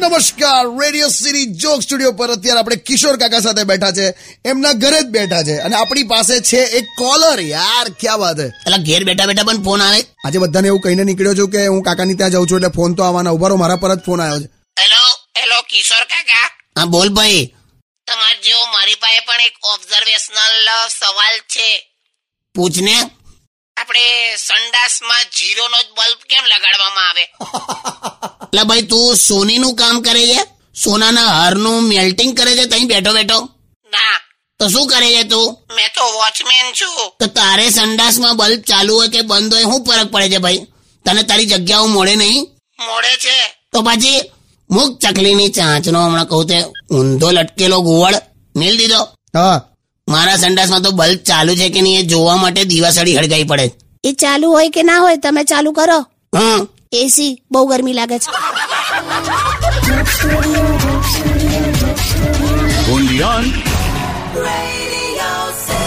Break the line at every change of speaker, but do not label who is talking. નમસ્કાર radio city joke studio પર અત્યારે આપણે કિશોર કાકા સાથે બેઠા છે એમના ઘરે જ બેઠા છે અને આપણી પાસે છે એક કોલર યાર ક્યાં વાત હે
એટલે ઘેર બેઠા બેઠા પણ ફોન આવે
આજે બધાને એવું કહીને નીકળ્યો છું કે હું કાકાની ત્યાં જાઉં છું એટલે ફોન તો આવવાના ઉભારો મારા પર જ ફોન આવ્યો છે
હેલો હેલો કિશોર કાકા
હા બોલ ભાઈ
તમાર જેવો મારી પાસે પણ એક ઓબ્ઝર્વેશનલ સવાલ છે
પૂછને
આપણે સંડાસમાં જીરોનો જ બલ્બ કેમ લગાડવામાં આવે
એટલે ભાઈ તું સોનીનું કામ કરે છે સોનાના હારનું મેલ્ટિંગ કરે છે તઈ બેઠો બેઠો
ના
તો શું કરે છે તું
મેં તો વોચમેન છું
તો તારે સંડાસમાં બલ્બ ચાલુ હોય કે બંધ હોય શું ફરક પડે છે ભાઈ તને તારી જગ્યાઓ મળે નહીં
મોડે છે
તો પછી મુખ ચકલીની ચાંચનો હમણાં કહું તે ઊંધો લટકેલો ગોવળ નીલ દીધો
હા
મારા સંડાસમાં તો બલ્બ ચાલુ છે કે નહીં એ જોવા માટે દીવાસળી હળગાવી પડે
એ ચાલુ હોય કે ના હોય તમે ચાલુ કરો
હમ
એસી બહુ ગરમી લાગે છે
Un león.
Radio City.